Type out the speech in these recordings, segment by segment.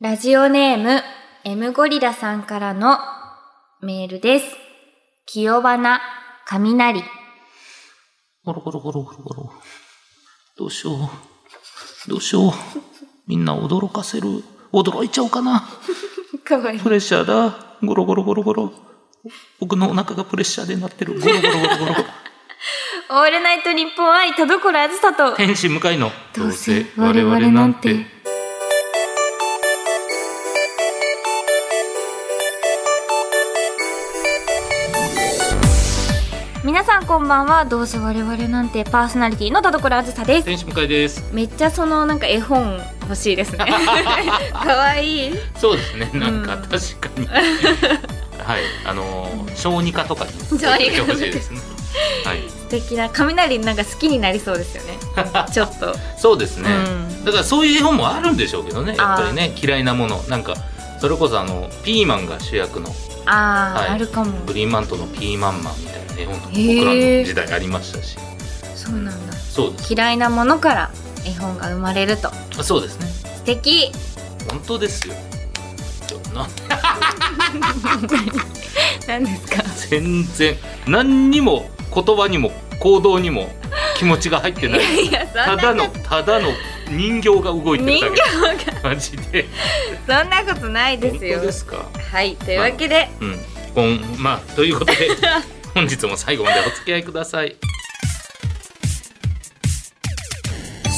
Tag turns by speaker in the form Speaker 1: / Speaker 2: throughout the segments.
Speaker 1: ラジオネーム、M ゴリラさんからのメールです。清花、雷。
Speaker 2: ゴロゴロゴロゴロゴロ。どうしよう。どうしよう。みんな驚かせる。驚いちゃおうかな。
Speaker 1: かわいい
Speaker 2: プ。レッシャーだ。ゴロゴロゴロゴロ。僕のお腹がプレッシャーでなってる。ゴロゴロゴロゴロ。
Speaker 1: オールナイト日本愛、田所あずさと。
Speaker 2: 天使向かいの。
Speaker 1: どうせ我々なんて。皆さんこんばんは。どうせ我々なんてパーソナリティの田所あずさです。
Speaker 2: 天使向かいです。
Speaker 1: めっちゃそのなんか絵本欲しいです ね。かわいい。
Speaker 2: そうですね。なんか
Speaker 1: うん
Speaker 2: 確か に。はい。あのー、小児科とかに。
Speaker 1: 小児科
Speaker 2: ほしいですね。はい。
Speaker 1: 素敵な雷なんか好きになりそうですよ ね。ちょっと。
Speaker 2: そうですね、
Speaker 1: うん
Speaker 2: だからそういう絵本もあるんでしょうけどねやっぱりね嫌いなものなんかそれこそあのピーマンが主役の
Speaker 1: ああ、
Speaker 2: はい
Speaker 1: あるかも。
Speaker 2: グリーンマントのピーマンマンみたいな絵本とか
Speaker 1: へー
Speaker 2: 僕らの時代ありましたし
Speaker 1: そうなんだ。
Speaker 2: そうです
Speaker 1: 嫌いなものから絵本が生まれると。
Speaker 2: あそうですね
Speaker 1: 素 敵。
Speaker 2: 本当ですよちょな
Speaker 1: 何ですか。
Speaker 2: 全然何にも言葉にも行動にも気持ちが入ってない
Speaker 1: いや、 そ
Speaker 2: た
Speaker 1: んな
Speaker 2: だのただの人形が動いてる
Speaker 1: 人
Speaker 2: だ
Speaker 1: 形
Speaker 2: け
Speaker 1: が
Speaker 2: マジで
Speaker 1: そんなことないで
Speaker 2: 本当
Speaker 1: すよ。
Speaker 2: ですか
Speaker 1: はい、というわけで、
Speaker 2: うんこんまあということで 本日も最後までお付き合いください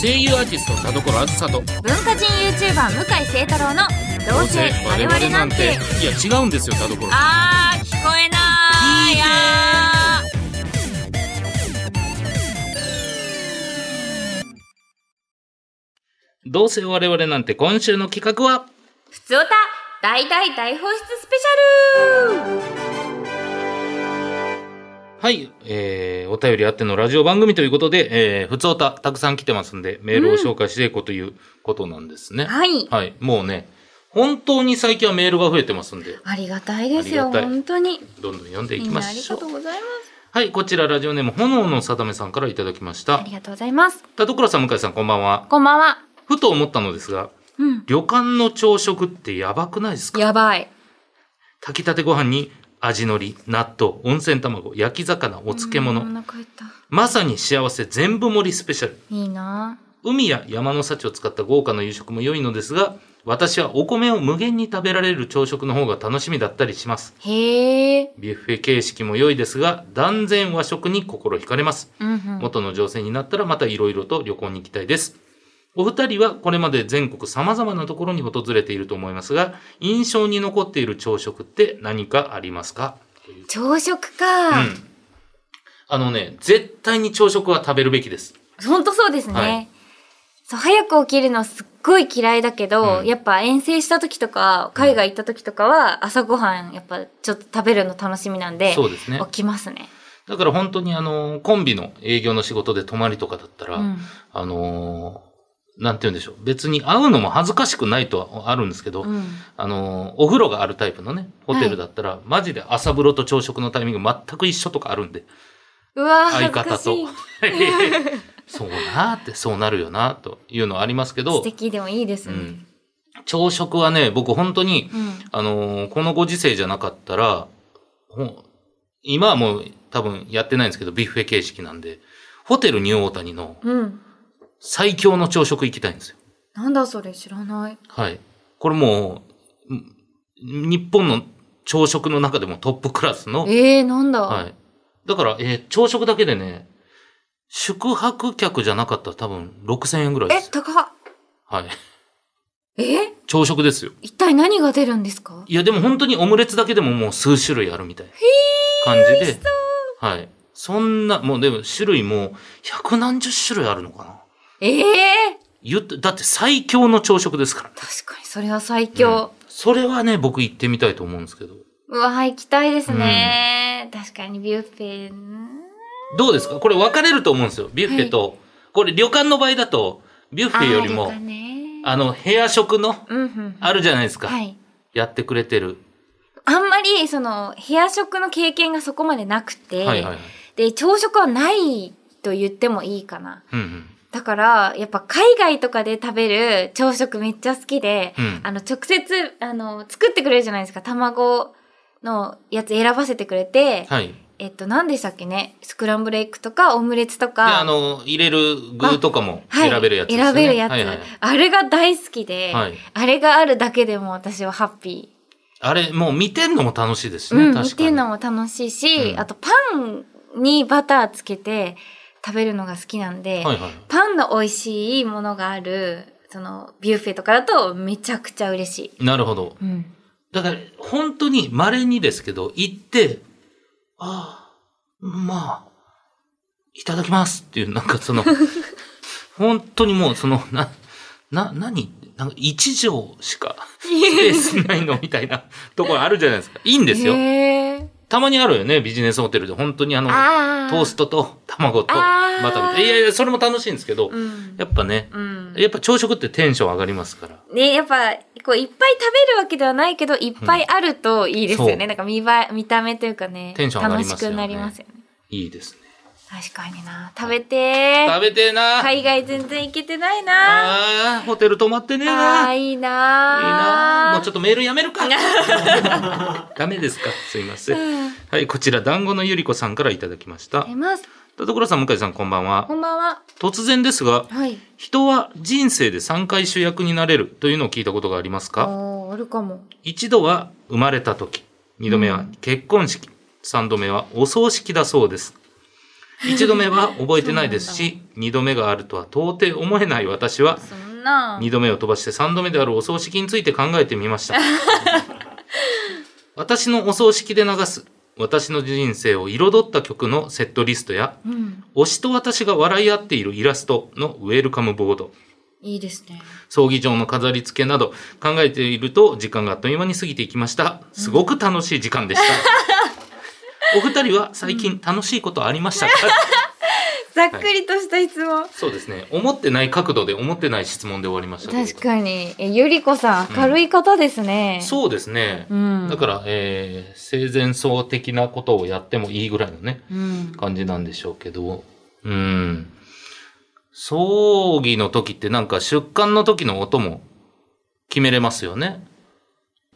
Speaker 2: 声優アーティスト田所あずさと
Speaker 1: 文化人ユーチューバー向井聖太郎のどうせ我々なんて。
Speaker 2: いや違うんですよ田所
Speaker 1: あー、聞こえなーい。あー
Speaker 2: どうせ我々なんて今週の企画は
Speaker 1: ふつおた、大大大放出スペシャル。
Speaker 2: はい、えー、お便りあってのラジオ番組ということで、えー、ふつおたたくさん来てますんでメールを紹介していこうということなんですね、
Speaker 1: はい。
Speaker 2: はいもうね本当に最近はメールが増えてますんで
Speaker 1: ありがたいですよ、
Speaker 2: ありがたい
Speaker 1: 本当に。
Speaker 2: どんどん読んでい
Speaker 1: み
Speaker 2: き
Speaker 1: ん
Speaker 2: ま
Speaker 1: なあり
Speaker 2: しょ
Speaker 1: が
Speaker 2: う
Speaker 1: とうございます。
Speaker 2: はいこちらラジオネーム炎の定めさんからいただきまし
Speaker 1: あ
Speaker 2: た
Speaker 1: りがとうございます。
Speaker 2: 田所さん向井さんこんばんは
Speaker 1: こんばんは。
Speaker 2: ふと思ったのですが
Speaker 1: うん。
Speaker 2: 旅館の朝食ってやばくないですか
Speaker 1: やばい。
Speaker 2: 炊きたてご飯に味のり納豆温泉卵焼き魚お漬
Speaker 1: う
Speaker 2: 物
Speaker 1: んお腹減った。
Speaker 2: まさに幸せ全部盛りスペシャル
Speaker 1: いいな
Speaker 2: 海や山の幸を使った豪華な夕食も良いのですが私はお米を無限に食べられる朝食の方が楽しみだったりします
Speaker 1: へえ。
Speaker 2: ビュッフェ形式も良いですが断然和食に心惹かれます
Speaker 1: うんうん。
Speaker 2: 元の情勢になったらまたいろいろと旅行に行きたいです。お二人はこれまで全国様々なところに訪れていると思いますが、印象に残っている朝食って何かありますか
Speaker 1: 朝食
Speaker 2: う
Speaker 1: か。
Speaker 2: ん。あのね、絶対に朝食は食べるべきです。
Speaker 1: ほんとそうですね。
Speaker 2: はい
Speaker 1: そう早く起きるのすっごい嫌いだけど、
Speaker 2: うん
Speaker 1: やっぱ遠征した時とか海外行った時とかは朝ごはんやっぱちょっと食べるの楽しみなんで
Speaker 2: そうですね
Speaker 1: 起。きますね。
Speaker 2: だから本当にあの、コンビの営業の仕事で泊まりとかだったら、
Speaker 1: うん
Speaker 2: あのーなんて言うんでしょう。別に会うのも恥ずかしくないとはあるんですけど、
Speaker 1: うん、
Speaker 2: あの、お風呂があるタイプのね、ホテルだったら、マジで朝風呂と朝食のタイミング全く一緒とかあ るんで、
Speaker 1: うわー
Speaker 2: 相
Speaker 1: 恥ず
Speaker 2: 方
Speaker 1: か
Speaker 2: と
Speaker 1: しい。
Speaker 2: そうなーって、そうなるよな、というのありますけ
Speaker 1: 素
Speaker 2: ど、
Speaker 1: 敵でもいいです
Speaker 2: う
Speaker 1: ね。
Speaker 2: ん、朝食はね、僕本当に、
Speaker 1: うん
Speaker 2: あのーこのご時世じゃなかったら、ほん今はもう多分やってないんですけど、ビュッフェ形式なんで、ホテルニューオータニの
Speaker 1: うん。
Speaker 2: 最強の朝食行きたいんですよ。
Speaker 1: なんだそれ知らない。
Speaker 2: はい。これもう、ん日本の朝食の中でもトップクラスの、
Speaker 1: ええー、なんだ、
Speaker 2: はい。だから、えー朝食だけでね、宿泊客じゃなかったら多分6000円ぐらいで
Speaker 1: え
Speaker 2: す、よ。
Speaker 1: 高っ。
Speaker 2: はい。
Speaker 1: え
Speaker 2: 朝食ですよ。
Speaker 1: 一体何が出るんですか
Speaker 2: いや、でも本当にオムレツだけでももう数種類あるみたいな感じで。はい。そんな、もうでも種類も百何十種類あるのかな。
Speaker 1: ええ
Speaker 2: 言って、だって最強の朝食ですからね。
Speaker 1: 確かにそれは最強。
Speaker 2: うんそれはね、僕行ってみたいと思うんですけど。
Speaker 1: うわ、行きたいですね。確かにビュッフェ。うん
Speaker 2: どうですかこれ分かれると思うんですよ。ビュッフェと、これ旅館の場合だと、ビュッフェよ
Speaker 1: あ
Speaker 2: りも
Speaker 1: ー、ね
Speaker 2: あの、部屋食の、
Speaker 1: うんうん。
Speaker 2: あるじゃないですか。
Speaker 1: はい。
Speaker 2: やってくれてる。
Speaker 1: あんまり、その、部屋食の経験がそこまでなくて、
Speaker 2: はいはいはい。
Speaker 1: で、朝食はないと言ってもいいかな。
Speaker 2: うんうん。
Speaker 1: だから、やっぱ海外とかで食べる朝食めっちゃ好きで、
Speaker 2: うん
Speaker 1: あの、直接、あの、作ってくれるじゃないですか。卵のやつ選ばせてくれて、
Speaker 2: はい。で、
Speaker 1: えっと、何でしたっけねスクランブルエッグとか、オムレツとか。
Speaker 2: あの、入れる具とかも
Speaker 1: はい、
Speaker 2: 選べるやつですよね。
Speaker 1: 選べるやつ、
Speaker 2: はいはい
Speaker 1: あれが大好きで、
Speaker 2: はい
Speaker 1: あれがあるだけでも私はハッピ
Speaker 2: あれ、もう見てんのも楽しいです
Speaker 1: ー。
Speaker 2: ね、
Speaker 1: うん、
Speaker 2: 確かに。
Speaker 1: 見てるのも楽しいし、
Speaker 2: うん
Speaker 1: あとパンにバターつけて食べるのが好きなんで、
Speaker 2: はいはい。
Speaker 1: パンの美味しいものがある、そのビュッフェとかだとめちゃくちゃ嬉しい。
Speaker 2: なるほど。
Speaker 1: うん。
Speaker 2: だから、本当に稀にですけど、行って、ああ、まあ、いただきますっていう、なん かその、本当にもうその、な、な、何なんか一畳しか スペースないのみたいなところあるじゃないですか。いいんですよ。
Speaker 1: へー
Speaker 2: たまにあるよね、ビジネスホテルで。本当にあの、
Speaker 1: あ
Speaker 2: トース
Speaker 1: ト。
Speaker 2: トと卵と
Speaker 1: あー
Speaker 2: バターみたいな。いやいや、それも楽しいんですけど、
Speaker 1: うん。
Speaker 2: やっぱね、
Speaker 1: うん
Speaker 2: やっぱ朝食ってテンション上がりますから。
Speaker 1: ね、やっぱ、こう、いっぱい食べるわけではないけど、いっぱいあるといいですよね。
Speaker 2: そう
Speaker 1: なんか見栄え、見た目というかね。
Speaker 2: テンション上がりますよ
Speaker 1: 楽しく
Speaker 2: ね
Speaker 1: なりますよね。
Speaker 2: いいですね。
Speaker 1: 確かにな。食べてー
Speaker 2: 食べてえな。
Speaker 1: 海外全然行けてないなー。
Speaker 2: ああ、ホテル泊まってねえ
Speaker 1: あ
Speaker 2: な。
Speaker 1: ー、
Speaker 2: いい
Speaker 1: いいなー。
Speaker 2: な。もうちょっ
Speaker 1: っ
Speaker 2: とメールやめる か。ダメですか。すいません。はい、こちら団子のゆりこさんからいただきました
Speaker 1: 出。ます。
Speaker 2: 田所さん、向井さん、こんばんは
Speaker 1: こ。んばんは。
Speaker 2: 突然ですが、
Speaker 1: はい。
Speaker 2: 人は人生で3回主役になれるというのを聞いたことがあります
Speaker 1: あ
Speaker 2: か
Speaker 1: ー、あるかも。
Speaker 2: 一度は生まれた時、二度目は結婚式、三度目はお葬式だそうです。一度目は覚えてないですし、二度目があるとは到底思えない私は、
Speaker 1: そんな。
Speaker 2: 二度目を飛ばして三度目であるお葬式について考えてみました私のお葬式で流す私の人生を彩った曲のセットリストや
Speaker 1: うん。
Speaker 2: 推しと私が笑い合っているイラストのウェルカムボード
Speaker 1: いいですね。
Speaker 2: 葬儀場の飾り付けなど考えていると時間があっという間に過ぎていきましたすごく楽しい時間でした、お二人は最近楽しいことありま したか、
Speaker 1: ざっくりとした質問。
Speaker 2: そうですね思ってない角度で思ってない質問で終わりましたけれど
Speaker 1: 確かに。え、ゆりこさん、明るい方ですね。
Speaker 2: そうですね、
Speaker 1: うん。
Speaker 2: だから、えー、生前葬的なことをやってもいいぐらいのね、
Speaker 1: うん。
Speaker 2: 感じなんでしょうけど、うん。葬儀の時ってなんか出棺の時の音も決めれますよね。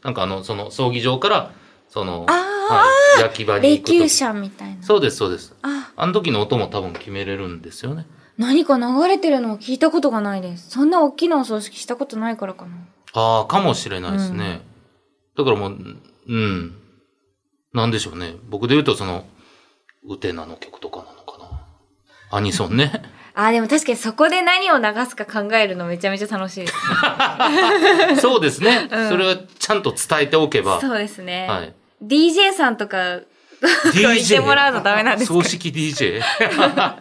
Speaker 2: なんかあの、その葬儀場から、その、
Speaker 1: あー
Speaker 2: はい、焼き場に
Speaker 1: 霊
Speaker 2: 行く
Speaker 1: 柩
Speaker 2: 時。
Speaker 1: 車みたいな。
Speaker 2: そうです、そうです。
Speaker 1: あ、
Speaker 2: あの時の音も多分決めれるんですよね。
Speaker 1: 何か流れてるのを聞いたことがないです。そんな大きなお葬式したことないからかな。
Speaker 2: ああ、かもしれないですね。だからもう、うん。なんでしょうね。僕で言うと、その、ウテナの曲とかなのかな。アニソンね。
Speaker 1: あ、でも確かにそこで何を流すか考えるのめちゃめちゃ楽しいです。
Speaker 2: そうですね。
Speaker 1: うん
Speaker 2: それはちゃんと伝えておけば。
Speaker 1: そうですね。
Speaker 2: はい。
Speaker 1: DJ さんとか、言ってもらうのダメなんですか
Speaker 2: 葬式 DJ?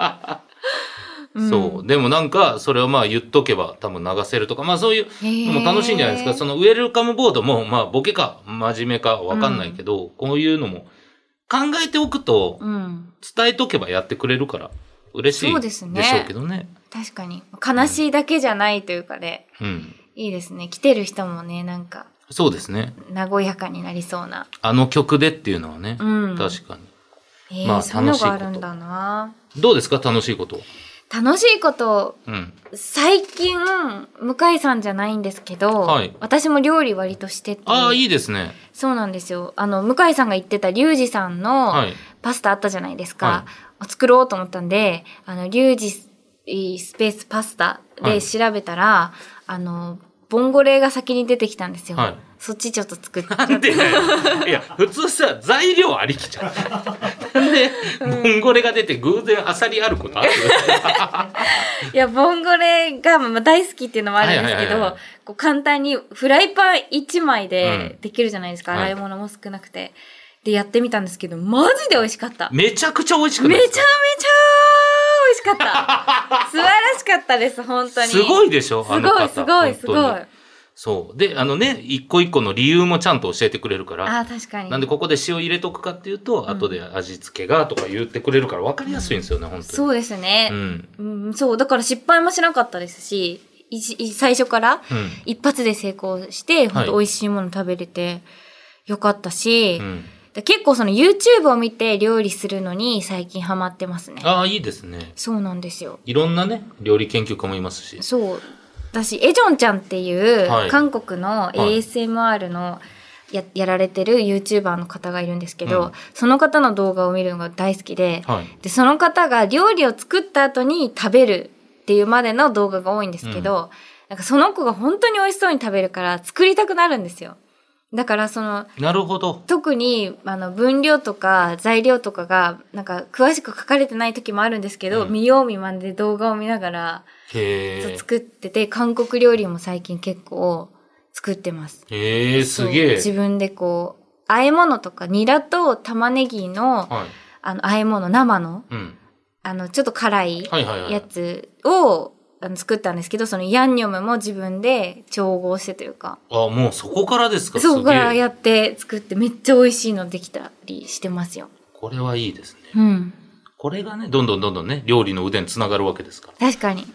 Speaker 2: そう。でもなんか、それをまあ言っとけば多分流せるとか、まあそういうのも楽しいんじゃないです
Speaker 1: へ
Speaker 2: か。
Speaker 1: ー
Speaker 2: そのウェルカムボードも、まあボケか真面目かわかんないけど、こういうのも考えておくと、
Speaker 1: うん。
Speaker 2: 伝えとけばやってくれるから嬉しい
Speaker 1: そう
Speaker 2: で
Speaker 1: で
Speaker 2: し
Speaker 1: す
Speaker 2: ょう
Speaker 1: ね
Speaker 2: けどね。
Speaker 1: 確かに。悲しいだけじゃないというかね、
Speaker 2: うん。
Speaker 1: いいですね。来てる人もね、なんか、
Speaker 2: そうですね。
Speaker 1: 和やかになりそうな。
Speaker 2: あの曲でっていうのはね。
Speaker 1: うん
Speaker 2: 確かに。
Speaker 1: えー
Speaker 2: まあ
Speaker 1: そういうの
Speaker 2: 楽しいこと
Speaker 1: があるんだな。
Speaker 2: どうですか楽しいこと。
Speaker 1: 楽しいこと、
Speaker 2: うん。
Speaker 1: 最近、向井さんじゃないんですけど、
Speaker 2: はい
Speaker 1: 私も料理割としてて、
Speaker 2: ああ、いいですね。
Speaker 1: そうなんですよ。あの、向井さんが言ってたリュウジさんの、
Speaker 2: はい。
Speaker 1: パスタあったじゃないですか。
Speaker 2: は
Speaker 1: を作ろうと思ったんで、あの、リュウジスペースパスタ
Speaker 2: は
Speaker 1: で
Speaker 2: い
Speaker 1: 調べたら、あの、ボンゴレが先に出てきたんですよ。
Speaker 2: はい
Speaker 1: そっちちょっと 作っ
Speaker 2: な んでだよいや、普通さ、材料ありきじゃん。なんで、ボンゴレが出て偶然アサリあることある
Speaker 1: いや、ボンゴレがまあ大好きっていうのもあるんですけ
Speaker 2: はいはいはい
Speaker 1: ど
Speaker 2: はい、
Speaker 1: こう簡単にフライパン1枚で
Speaker 2: うん
Speaker 1: できるじゃないですか。
Speaker 2: はい
Speaker 1: 洗い物も少なくて。で、やってみたんですけど、マジで美味しかった。め
Speaker 2: めちゃくちゃ美味し
Speaker 1: ちゃ
Speaker 2: くな
Speaker 1: めちゃ
Speaker 2: い
Speaker 1: 美
Speaker 2: で
Speaker 1: 味
Speaker 2: すか
Speaker 1: しか った。素晴らしかったです、本当に。
Speaker 2: すごいでしょ
Speaker 1: す
Speaker 2: あの
Speaker 1: ご
Speaker 2: 方。
Speaker 1: い、すごい、すご
Speaker 2: 本当
Speaker 1: い
Speaker 2: に。そう。で、あのね、一個一個の理由もちゃんと教えてくれるから。
Speaker 1: あー確かに。
Speaker 2: なんでここで塩入れとくかっていうと、後で味付けがとか言ってくれるから分かりやすいんですよね、本当に。
Speaker 1: そうです
Speaker 2: う
Speaker 1: ね、
Speaker 2: ん。
Speaker 1: うんそう、だから失敗もしなかったですし、いじい最初から
Speaker 2: うん。
Speaker 1: 一発で成功して、本当美味しいもの食べれてよかったし、
Speaker 2: うん。
Speaker 1: で結構その YouTube を見て料理するのに最近ハマってますね。
Speaker 2: ああ、いいですね。
Speaker 1: そうなんですよ。
Speaker 2: いろんなね、料理研究家もいますし。
Speaker 1: そう。だし、エジョンちゃんっていう
Speaker 2: はい
Speaker 1: 韓国の
Speaker 2: い
Speaker 1: ASMR のや,、やられてる YouTuber の方がいるんですけど、
Speaker 2: うん
Speaker 1: その方の動画を見るのが大好きで、
Speaker 2: はい。
Speaker 1: でその方が料理を作った後に食べるっていうまでの動画が多いんですけど、なんかその子が本当に美味しそうに食べるから作りたくなるんですよ。だからその
Speaker 2: なるほど。
Speaker 1: 特にあの分量とか材料とかがなんか詳しく書かれてない時もあるんですけど、
Speaker 2: うん
Speaker 1: 見よう見まねで動画を見ながら
Speaker 2: へえ。
Speaker 1: 作ってて、韓国料理も最近結構作ってます。
Speaker 2: へえ、す
Speaker 1: そ
Speaker 2: げ
Speaker 1: う
Speaker 2: え。
Speaker 1: 自分でこう、和え物とか、ニラと玉ねぎの、
Speaker 2: はい。
Speaker 1: あの、和え物、生の、
Speaker 2: うん。
Speaker 1: あの、ちょっと辛い
Speaker 2: はいはいはい。
Speaker 1: やつを、あの作ったんですけど、そのヤンニョムも自分で調合してというか、
Speaker 2: ああ、もうそこからですか
Speaker 1: そこから
Speaker 2: すげえ
Speaker 1: やって作ってめっちゃ美味しいのできたりしてますよ。
Speaker 2: これはいいですね。
Speaker 1: うん。
Speaker 2: これがね、どんどんどんどんね、料理の腕につながるわけですから。
Speaker 1: 確かに。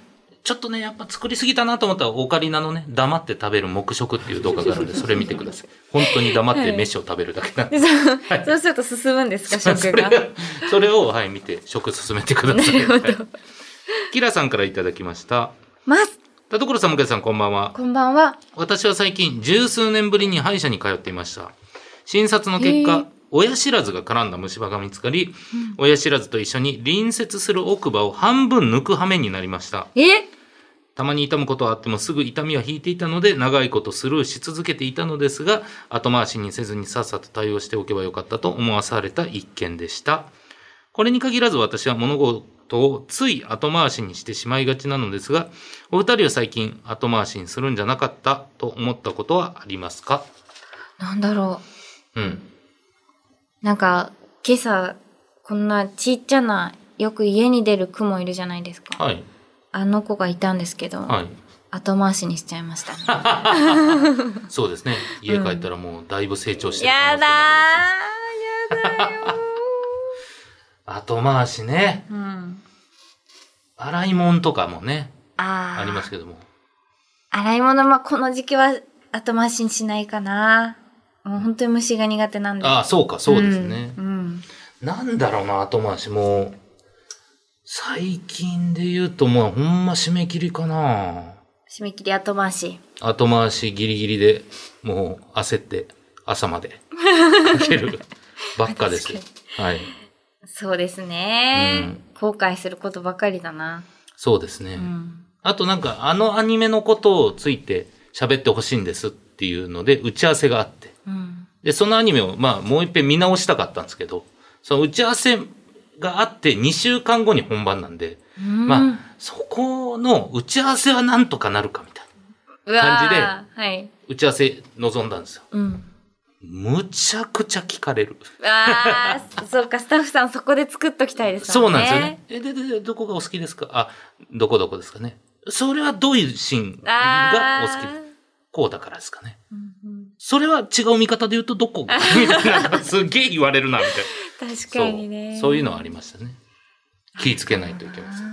Speaker 2: ちょっとね、やっぱ作りすぎたなと思ったら、オカリナのね、黙って食べる黙食っていう動画があるんで、それ見てく ださい。本当に黙って飯を食べるだけなんで。
Speaker 1: でそうそうすると進むんですか、
Speaker 2: そ
Speaker 1: 食
Speaker 2: れ
Speaker 1: が
Speaker 2: を。、それを、はい、見て、食進めてください。はいキラさんからいただきました。
Speaker 1: ます。
Speaker 2: 田所さん、向井さん、こんばんは。
Speaker 1: こんばんは。
Speaker 2: 私は最近、十数年ぶりに歯医者に通っていました。診察の結
Speaker 1: へ
Speaker 2: 果
Speaker 1: え、
Speaker 2: 親知らずが絡んだ虫歯が見つかり、親知らずと一緒に隣接する奥歯を半分抜く羽目になりました。
Speaker 1: え
Speaker 2: たまに痛むことはあってもすぐ痛みは引いていたので長いことスルーし続けていたのですが後回しにせずにさっさと対応しておけばよかったと思わされた一件でしたこれに限らず私は物事をつい後回しにしてしまいがちなのですがお二人は最近後回しにするんじゃなかったと思ったことはありますか
Speaker 1: なんだろう。
Speaker 2: うん
Speaker 1: なんか、今朝、こんなちっちゃな、よく家に出るクモいるじゃないですか。
Speaker 2: はい
Speaker 1: あの子がいたんですけど、
Speaker 2: はい
Speaker 1: 後回しにしちゃいま した、ね。
Speaker 2: そうですね家帰ったらもうだいぶ成長してる可能
Speaker 1: やだ
Speaker 2: 性もあ
Speaker 1: ーやだよ
Speaker 2: ります後回しね
Speaker 1: ーうん。
Speaker 2: 洗い物とかもね
Speaker 1: あー
Speaker 2: ありますけども
Speaker 1: 洗い物、まあ、この時期は後回しにしないかな。もう本当に虫が苦手なんで。
Speaker 2: ああ、そうか、そうですね。
Speaker 1: うん。うん
Speaker 2: なんだろうな、後回し。もう、最近で言うと、まあ、ほんま締め切りかな。
Speaker 1: 締め切り後回し。
Speaker 2: 後回しギリギリで、もう焦って、朝までかけるばっかですよ。はい。
Speaker 1: そうですね、後悔することばかりだな。
Speaker 2: そうですね。
Speaker 1: うん。
Speaker 2: あとなんか、あのアニメのことをついて喋ってほしいんですっていうので、打ち合わせがあって。
Speaker 1: うん。
Speaker 2: で、そのアニメを、まあ、もう一遍見直したかったんですけど、その打ち合わせがあって2週間後に本番なんで、
Speaker 1: うん
Speaker 2: まあ、そこの打ち合わせはなんとかなるかみたい
Speaker 1: う
Speaker 2: な。
Speaker 1: わー
Speaker 2: 感じで
Speaker 1: はい。
Speaker 2: 打ち合わせ望んだんですよ。
Speaker 1: うん。
Speaker 2: むちゃくちゃ聞かれる。
Speaker 1: ああ、そうか、スタッフさんそこで作っときたいです
Speaker 2: そ
Speaker 1: も
Speaker 2: うんなん
Speaker 1: ね。
Speaker 2: ですよね。え、で、で、でどこがお好きですかあ、どこどこですかね。それはどういうシーンが
Speaker 1: あ
Speaker 2: お好きですこうだからですかね。
Speaker 1: お好き。うんうん
Speaker 2: それは違う見方で言うとどこがみた いな。すげえ言われるな、みたい
Speaker 1: 確
Speaker 2: な。そ
Speaker 1: かにね。
Speaker 2: う。そういうのはありましたね。気ぃつけないといけません。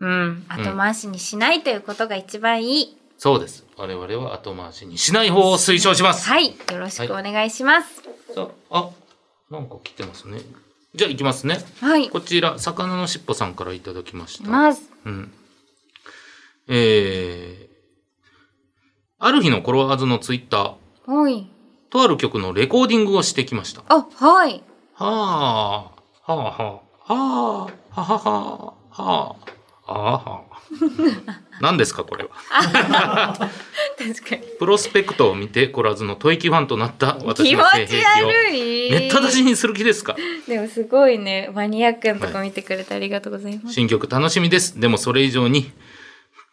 Speaker 1: うん。後回しにしないということが一番いい。
Speaker 2: そうです。我々は後回しにしない方を推奨します。
Speaker 1: はい。よろしくお願いします。
Speaker 2: さあ、あなんか来てますね。じゃあ行きますね。
Speaker 1: はい。
Speaker 2: こちら、魚のしっぽさんからいただきました。
Speaker 1: まず、
Speaker 2: うん。えー、ある日のコロワーズのツイッター、
Speaker 1: おい。
Speaker 2: とある曲のレコーディングをしてきました。は
Speaker 1: あ、はい。
Speaker 2: あ、はあ、はあ、はあ、はあ、はあ、はあ、はあ。 何ですか、これは。
Speaker 1: 確かに。
Speaker 2: プロスペクトを見てコロワーズの吐息ファンとなった私
Speaker 1: 気
Speaker 2: の
Speaker 1: 持
Speaker 2: 性
Speaker 1: ち
Speaker 2: 癖を。
Speaker 1: 悪い。
Speaker 2: めった出しにする気ですか
Speaker 1: でもすごいね、マニアックなとこ見てくれてありがとうございます。
Speaker 2: 新曲楽しみです。でもそれ以上に、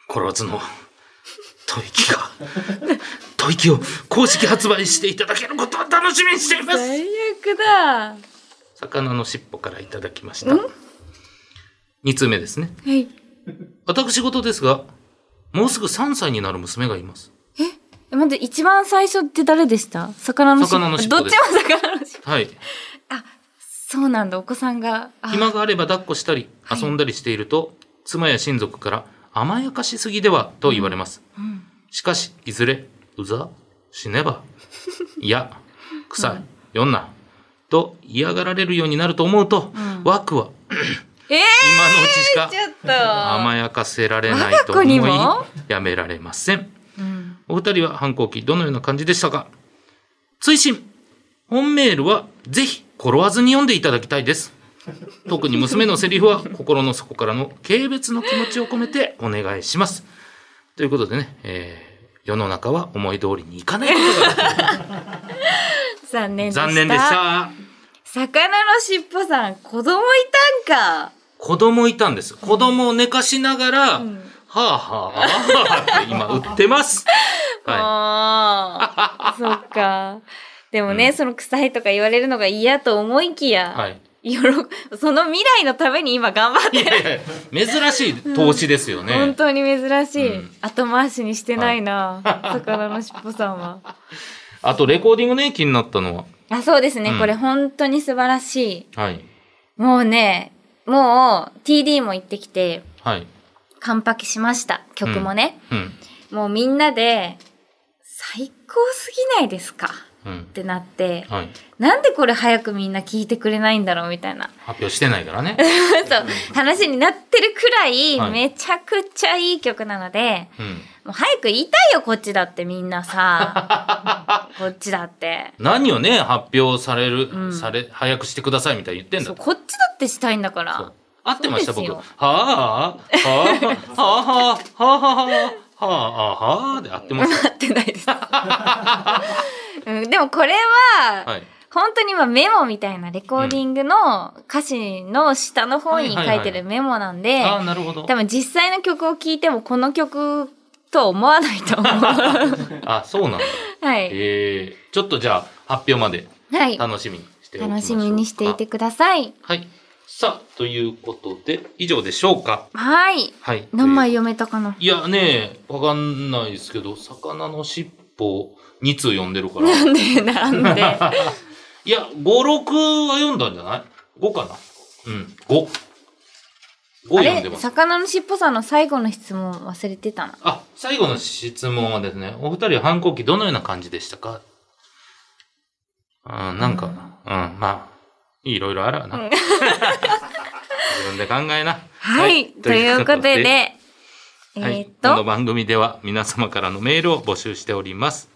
Speaker 2: コロワズの、吐息が、吐息を公式発売していただけることを楽しみにしています。
Speaker 1: 最悪だ。は
Speaker 2: 魚の尻尾からいただきました。2通目ですね。
Speaker 1: い。
Speaker 2: 私事ですが、もうすぐ3歳になる娘がいます。
Speaker 1: え、待って、一番最初って誰でした魚の
Speaker 2: 魚の尻尾
Speaker 1: どっちも魚の尻尾。
Speaker 2: はい。
Speaker 1: あ、そうなんだ、お子さんが。あ
Speaker 2: 暇があれば抱っこしたり、
Speaker 1: はい
Speaker 2: 遊んだりしていると、妻や親族から甘やかしすぎではと言われます。
Speaker 1: うん
Speaker 2: しかし、 いずれ、うざ、死ねば、いや、臭い、よんな、と嫌がられるようになると思うと、
Speaker 1: うん
Speaker 2: ワクは
Speaker 1: ええ
Speaker 2: 今のうちしか
Speaker 1: ー、ちょっと。
Speaker 2: 甘やかせられない
Speaker 1: 我が子
Speaker 2: と思
Speaker 1: に
Speaker 2: い
Speaker 1: も
Speaker 2: やめられません
Speaker 1: うん
Speaker 2: お二人は反抗期どのような感じでしたか追伸本メールはぜひ転わずに読んでいただきたいです特に娘のセリフは心の底からの軽蔑の気持ちを込めてお願いしますということでね、えー世の中は思い通りにいかないこと が
Speaker 1: 残念でした。
Speaker 2: 残念でした
Speaker 1: 魚のしっぽさん、子供いたんか。
Speaker 2: 子供いたんです子供を寝かしながら、
Speaker 1: うん
Speaker 2: はあはあはあはあって今売っ てますは
Speaker 1: ああ、そっか。でもね、
Speaker 2: うん
Speaker 1: その臭いとか言われるのが嫌と思いきや、
Speaker 2: い、はい
Speaker 1: 喜 その未来のために今頑張って
Speaker 2: い
Speaker 1: る。
Speaker 2: やいや珍しい投資ですよね、
Speaker 1: 本当に珍しい、
Speaker 2: うん
Speaker 1: 後回しにしてないな、魚のしっぽさんは。
Speaker 2: あとレコーディングね気になったのは
Speaker 1: あそうですね、
Speaker 2: うん
Speaker 1: これ本当に素晴らし
Speaker 2: はい
Speaker 1: い。もうね、もう TD も行ってきて、
Speaker 2: はい
Speaker 1: 完パケしました。曲もね。
Speaker 2: うん
Speaker 1: もうみんなで、最高すぎないですかっ
Speaker 2: うん
Speaker 1: てなって、
Speaker 2: はい
Speaker 1: なんでこれ早くみんな聞いてくれないんだろうみたいな。
Speaker 2: 発表してないからね
Speaker 1: そう話になってるくらい、
Speaker 2: はい
Speaker 1: めちゃくちゃいい曲なので、
Speaker 2: うん
Speaker 1: もう早く言いたいよ、こっちだってみんなさ。 こっちだって。
Speaker 2: 何をね発表される、
Speaker 1: うん
Speaker 2: され早くしてくださいみたいに言ってんだ
Speaker 1: そう、こっちだってしたいんだか
Speaker 2: そう
Speaker 1: ら。
Speaker 2: 合ってました
Speaker 1: そうです
Speaker 2: 僕
Speaker 1: よ
Speaker 2: はあはあはあはあはあはあはあはあはあで合ってました
Speaker 1: なってないです。うん、でもこれは、
Speaker 2: はい
Speaker 1: 本当に今メモみたいなレコーディングの歌詞の下の方に書いてるメモなんで、
Speaker 2: ああなるほど
Speaker 1: 多分実際の曲を聴いてもこの曲と思わないと 思う。は
Speaker 2: あそうなんだ
Speaker 1: い。
Speaker 2: えー、ちょっとじゃあ発表まで
Speaker 1: はい。
Speaker 2: 楽しみにしておきましょう
Speaker 1: 楽
Speaker 2: か
Speaker 1: しみにしていてください。
Speaker 2: はい。さあ、ということで、以上でしょうか。
Speaker 1: はい。
Speaker 2: はい。
Speaker 1: 何枚読めたかな。
Speaker 2: いやねえ、わかんないですけど、魚の尻尾2通読んでるから。
Speaker 1: なんで、なんで。
Speaker 2: いや、5、6は読んだんじゃない ?5 かなうん、5。5
Speaker 1: あ
Speaker 2: 読んで
Speaker 1: れ、
Speaker 2: ます。
Speaker 1: 魚のしっぽさんの最後の質問忘れてたな。
Speaker 2: あ、最後の質問はですね、お二人は反抗期どのような感じでしたかうん、なんか、うん、まあ、いろいろあるわな。 自分で考えな。
Speaker 1: はい。ということで、え
Speaker 2: は
Speaker 1: ー
Speaker 2: い、
Speaker 1: っ
Speaker 2: この
Speaker 1: と、
Speaker 2: 番組では皆様からのメールを募集しております。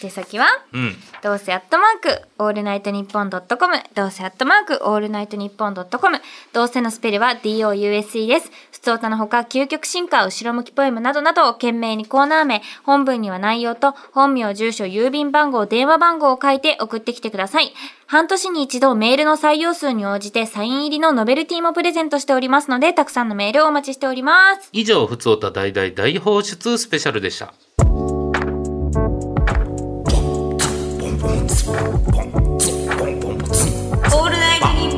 Speaker 1: 手先は、
Speaker 2: うん。
Speaker 1: どうせアットマーク、オールナイトニッポンドットコム、どうせアットマーク、オールナイトニッポンドットコム、どうせのスペルは DOUSE です。普通歌のほか、究極進化、後ろ向きポエムなどなどを懸命にコーナー名、本文には内容と、本名、住所、郵便番号、電話番号を書いて送ってきてください。半年に一度メールの採用数に応じてサイン入りのノベルティもプレゼントしておりますので、たくさんのメールをお待ちしております。
Speaker 2: 以上、ふつおた大大大放出スペシャルでした。
Speaker 1: オールナイトニッ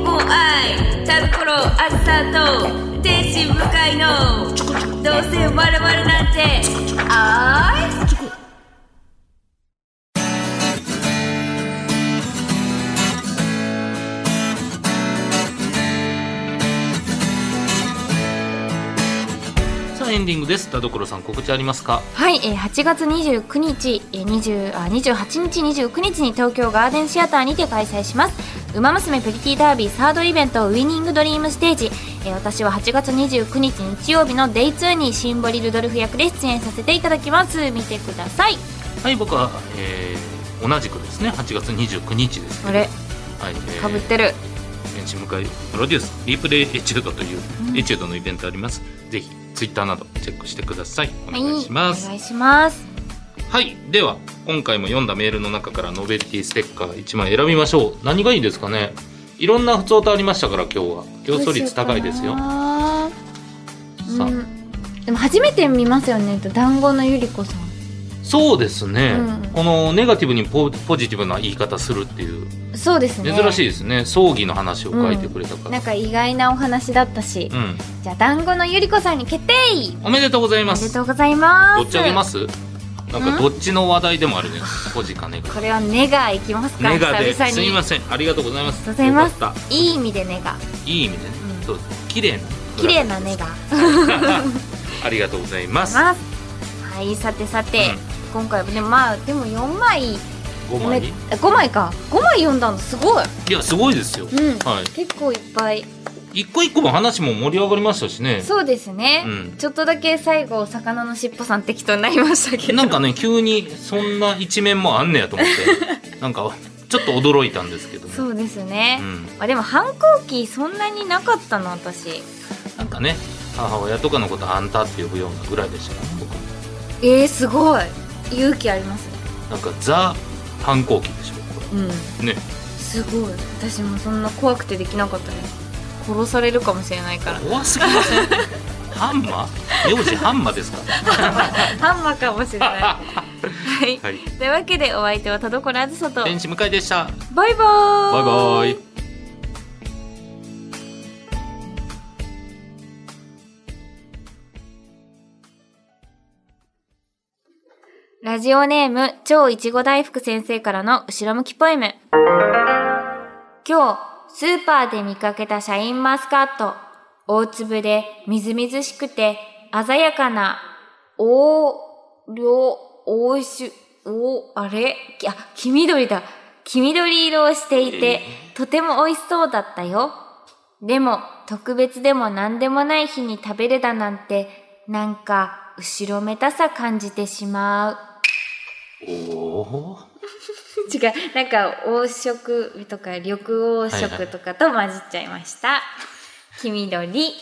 Speaker 1: ポン愛タルコロアスターと天使向かいのどうせ我々なんて愛
Speaker 2: さあ、エンディングです。田所さん、告知ありますか
Speaker 1: はい、えー、8月29日、えー、20あ28日29日に東京ガーデンシアターにて開催します「ウマ娘プリティダービーサードイベントウィニングドリームステージ」えー私は8月29日日曜日のデイ2にシンボリルドルフ役で出演させていただきます見てください
Speaker 2: はい、僕は、えー、同じくですね、8月29日ですけど。
Speaker 1: あれ
Speaker 2: はい、えー
Speaker 1: かぶってる、
Speaker 2: 天使向かいプロデュース、リプレイエチュードという、エチュードのイベントあります。ぜひ、ツイッターなどチェックしてください。お願いします。
Speaker 1: はい、お願いします
Speaker 2: はいでは今回も読んだメールの中からノベルティステッカー1枚選びましょう何がいいですかねいろんな普通歌ありましたから今日は競争率高いですよ
Speaker 1: どうしよ
Speaker 2: さ
Speaker 1: うかな
Speaker 2: あ、
Speaker 1: うんでも初めて見ますよね団子のゆりこさん
Speaker 2: そうですね、
Speaker 1: うん
Speaker 2: このネガティブにポポジティブな言い方するっていう
Speaker 1: そうですね
Speaker 2: 珍しい
Speaker 1: い
Speaker 2: ですね葬儀の話を書いてくれたか
Speaker 1: なん
Speaker 2: ら
Speaker 1: か意外なお話だったし、
Speaker 2: うん、
Speaker 1: じゃあ団子のゆりこさんに決定
Speaker 2: おめでとうござい
Speaker 1: お
Speaker 2: ま
Speaker 1: めですとうございます
Speaker 2: どっちあげますすなんかどっちの話題でもあるねポジかネ ガ
Speaker 1: これはネガいきますか
Speaker 2: ネガで
Speaker 1: 久々に
Speaker 2: すいませんありがとうございます
Speaker 1: ありがとうございます
Speaker 2: よかっ
Speaker 1: いい意味でネガ
Speaker 2: たいい意味でね、
Speaker 1: うん
Speaker 2: そうです綺麗な
Speaker 1: 綺麗なネガ
Speaker 2: ありがとうございます
Speaker 1: ますはいさてさて、
Speaker 2: うん
Speaker 1: 今回もねまあでも4枚
Speaker 2: 5枚
Speaker 1: めあ5枚か5枚読んだのすごい
Speaker 2: いやすごいですよ、
Speaker 1: うん
Speaker 2: はい
Speaker 1: 結構いっぱい
Speaker 2: 一個一個も話も盛り上がりましたしね
Speaker 1: そうですね、
Speaker 2: うん
Speaker 1: ちょっとだけ最後魚のしっぽさん適当になりましたけど
Speaker 2: なんかね急にそんな一面もあんねやと思っ てなんかちょっと驚いたんですけども
Speaker 1: そうですね、
Speaker 2: うん
Speaker 1: まあ、でも反抗期そんなになかったの私
Speaker 2: なんかね母親とかのことあんたって呼ぶようなぐらいでしたから僕
Speaker 1: えー、すごい勇気ありますね
Speaker 2: なんかザ反抗期でしょこ
Speaker 1: うん
Speaker 2: れね
Speaker 1: すごい私もそんな怖くてできなかったね殺されるかもしれないから
Speaker 2: 怖すぎませんハンマー幼児ハンマーですか
Speaker 1: ハンマーかもしれ ないはい、
Speaker 2: はい
Speaker 1: というわけでお相手は田所あずさと
Speaker 2: 天使向かいでした
Speaker 1: バイバー
Speaker 2: バイバイ
Speaker 1: ラジオネーム、超いちご大福先生からの後ろ向きポエム。今日、スーパーで見かけたシャインマスカット。大粒でみずみずしくて鮮やかな、おー、りょ、おいしゅ、おー、あれきあ、黄緑だ。黄緑色をしていて、とても美味しそうだったよ。でも、特別でも何でもない日に食べるだなんて、なんか、後ろめたさ感じてしまう。
Speaker 2: おおー
Speaker 1: 違うなんか黄色とか緑黄色とかと混じっちゃいました、黄緑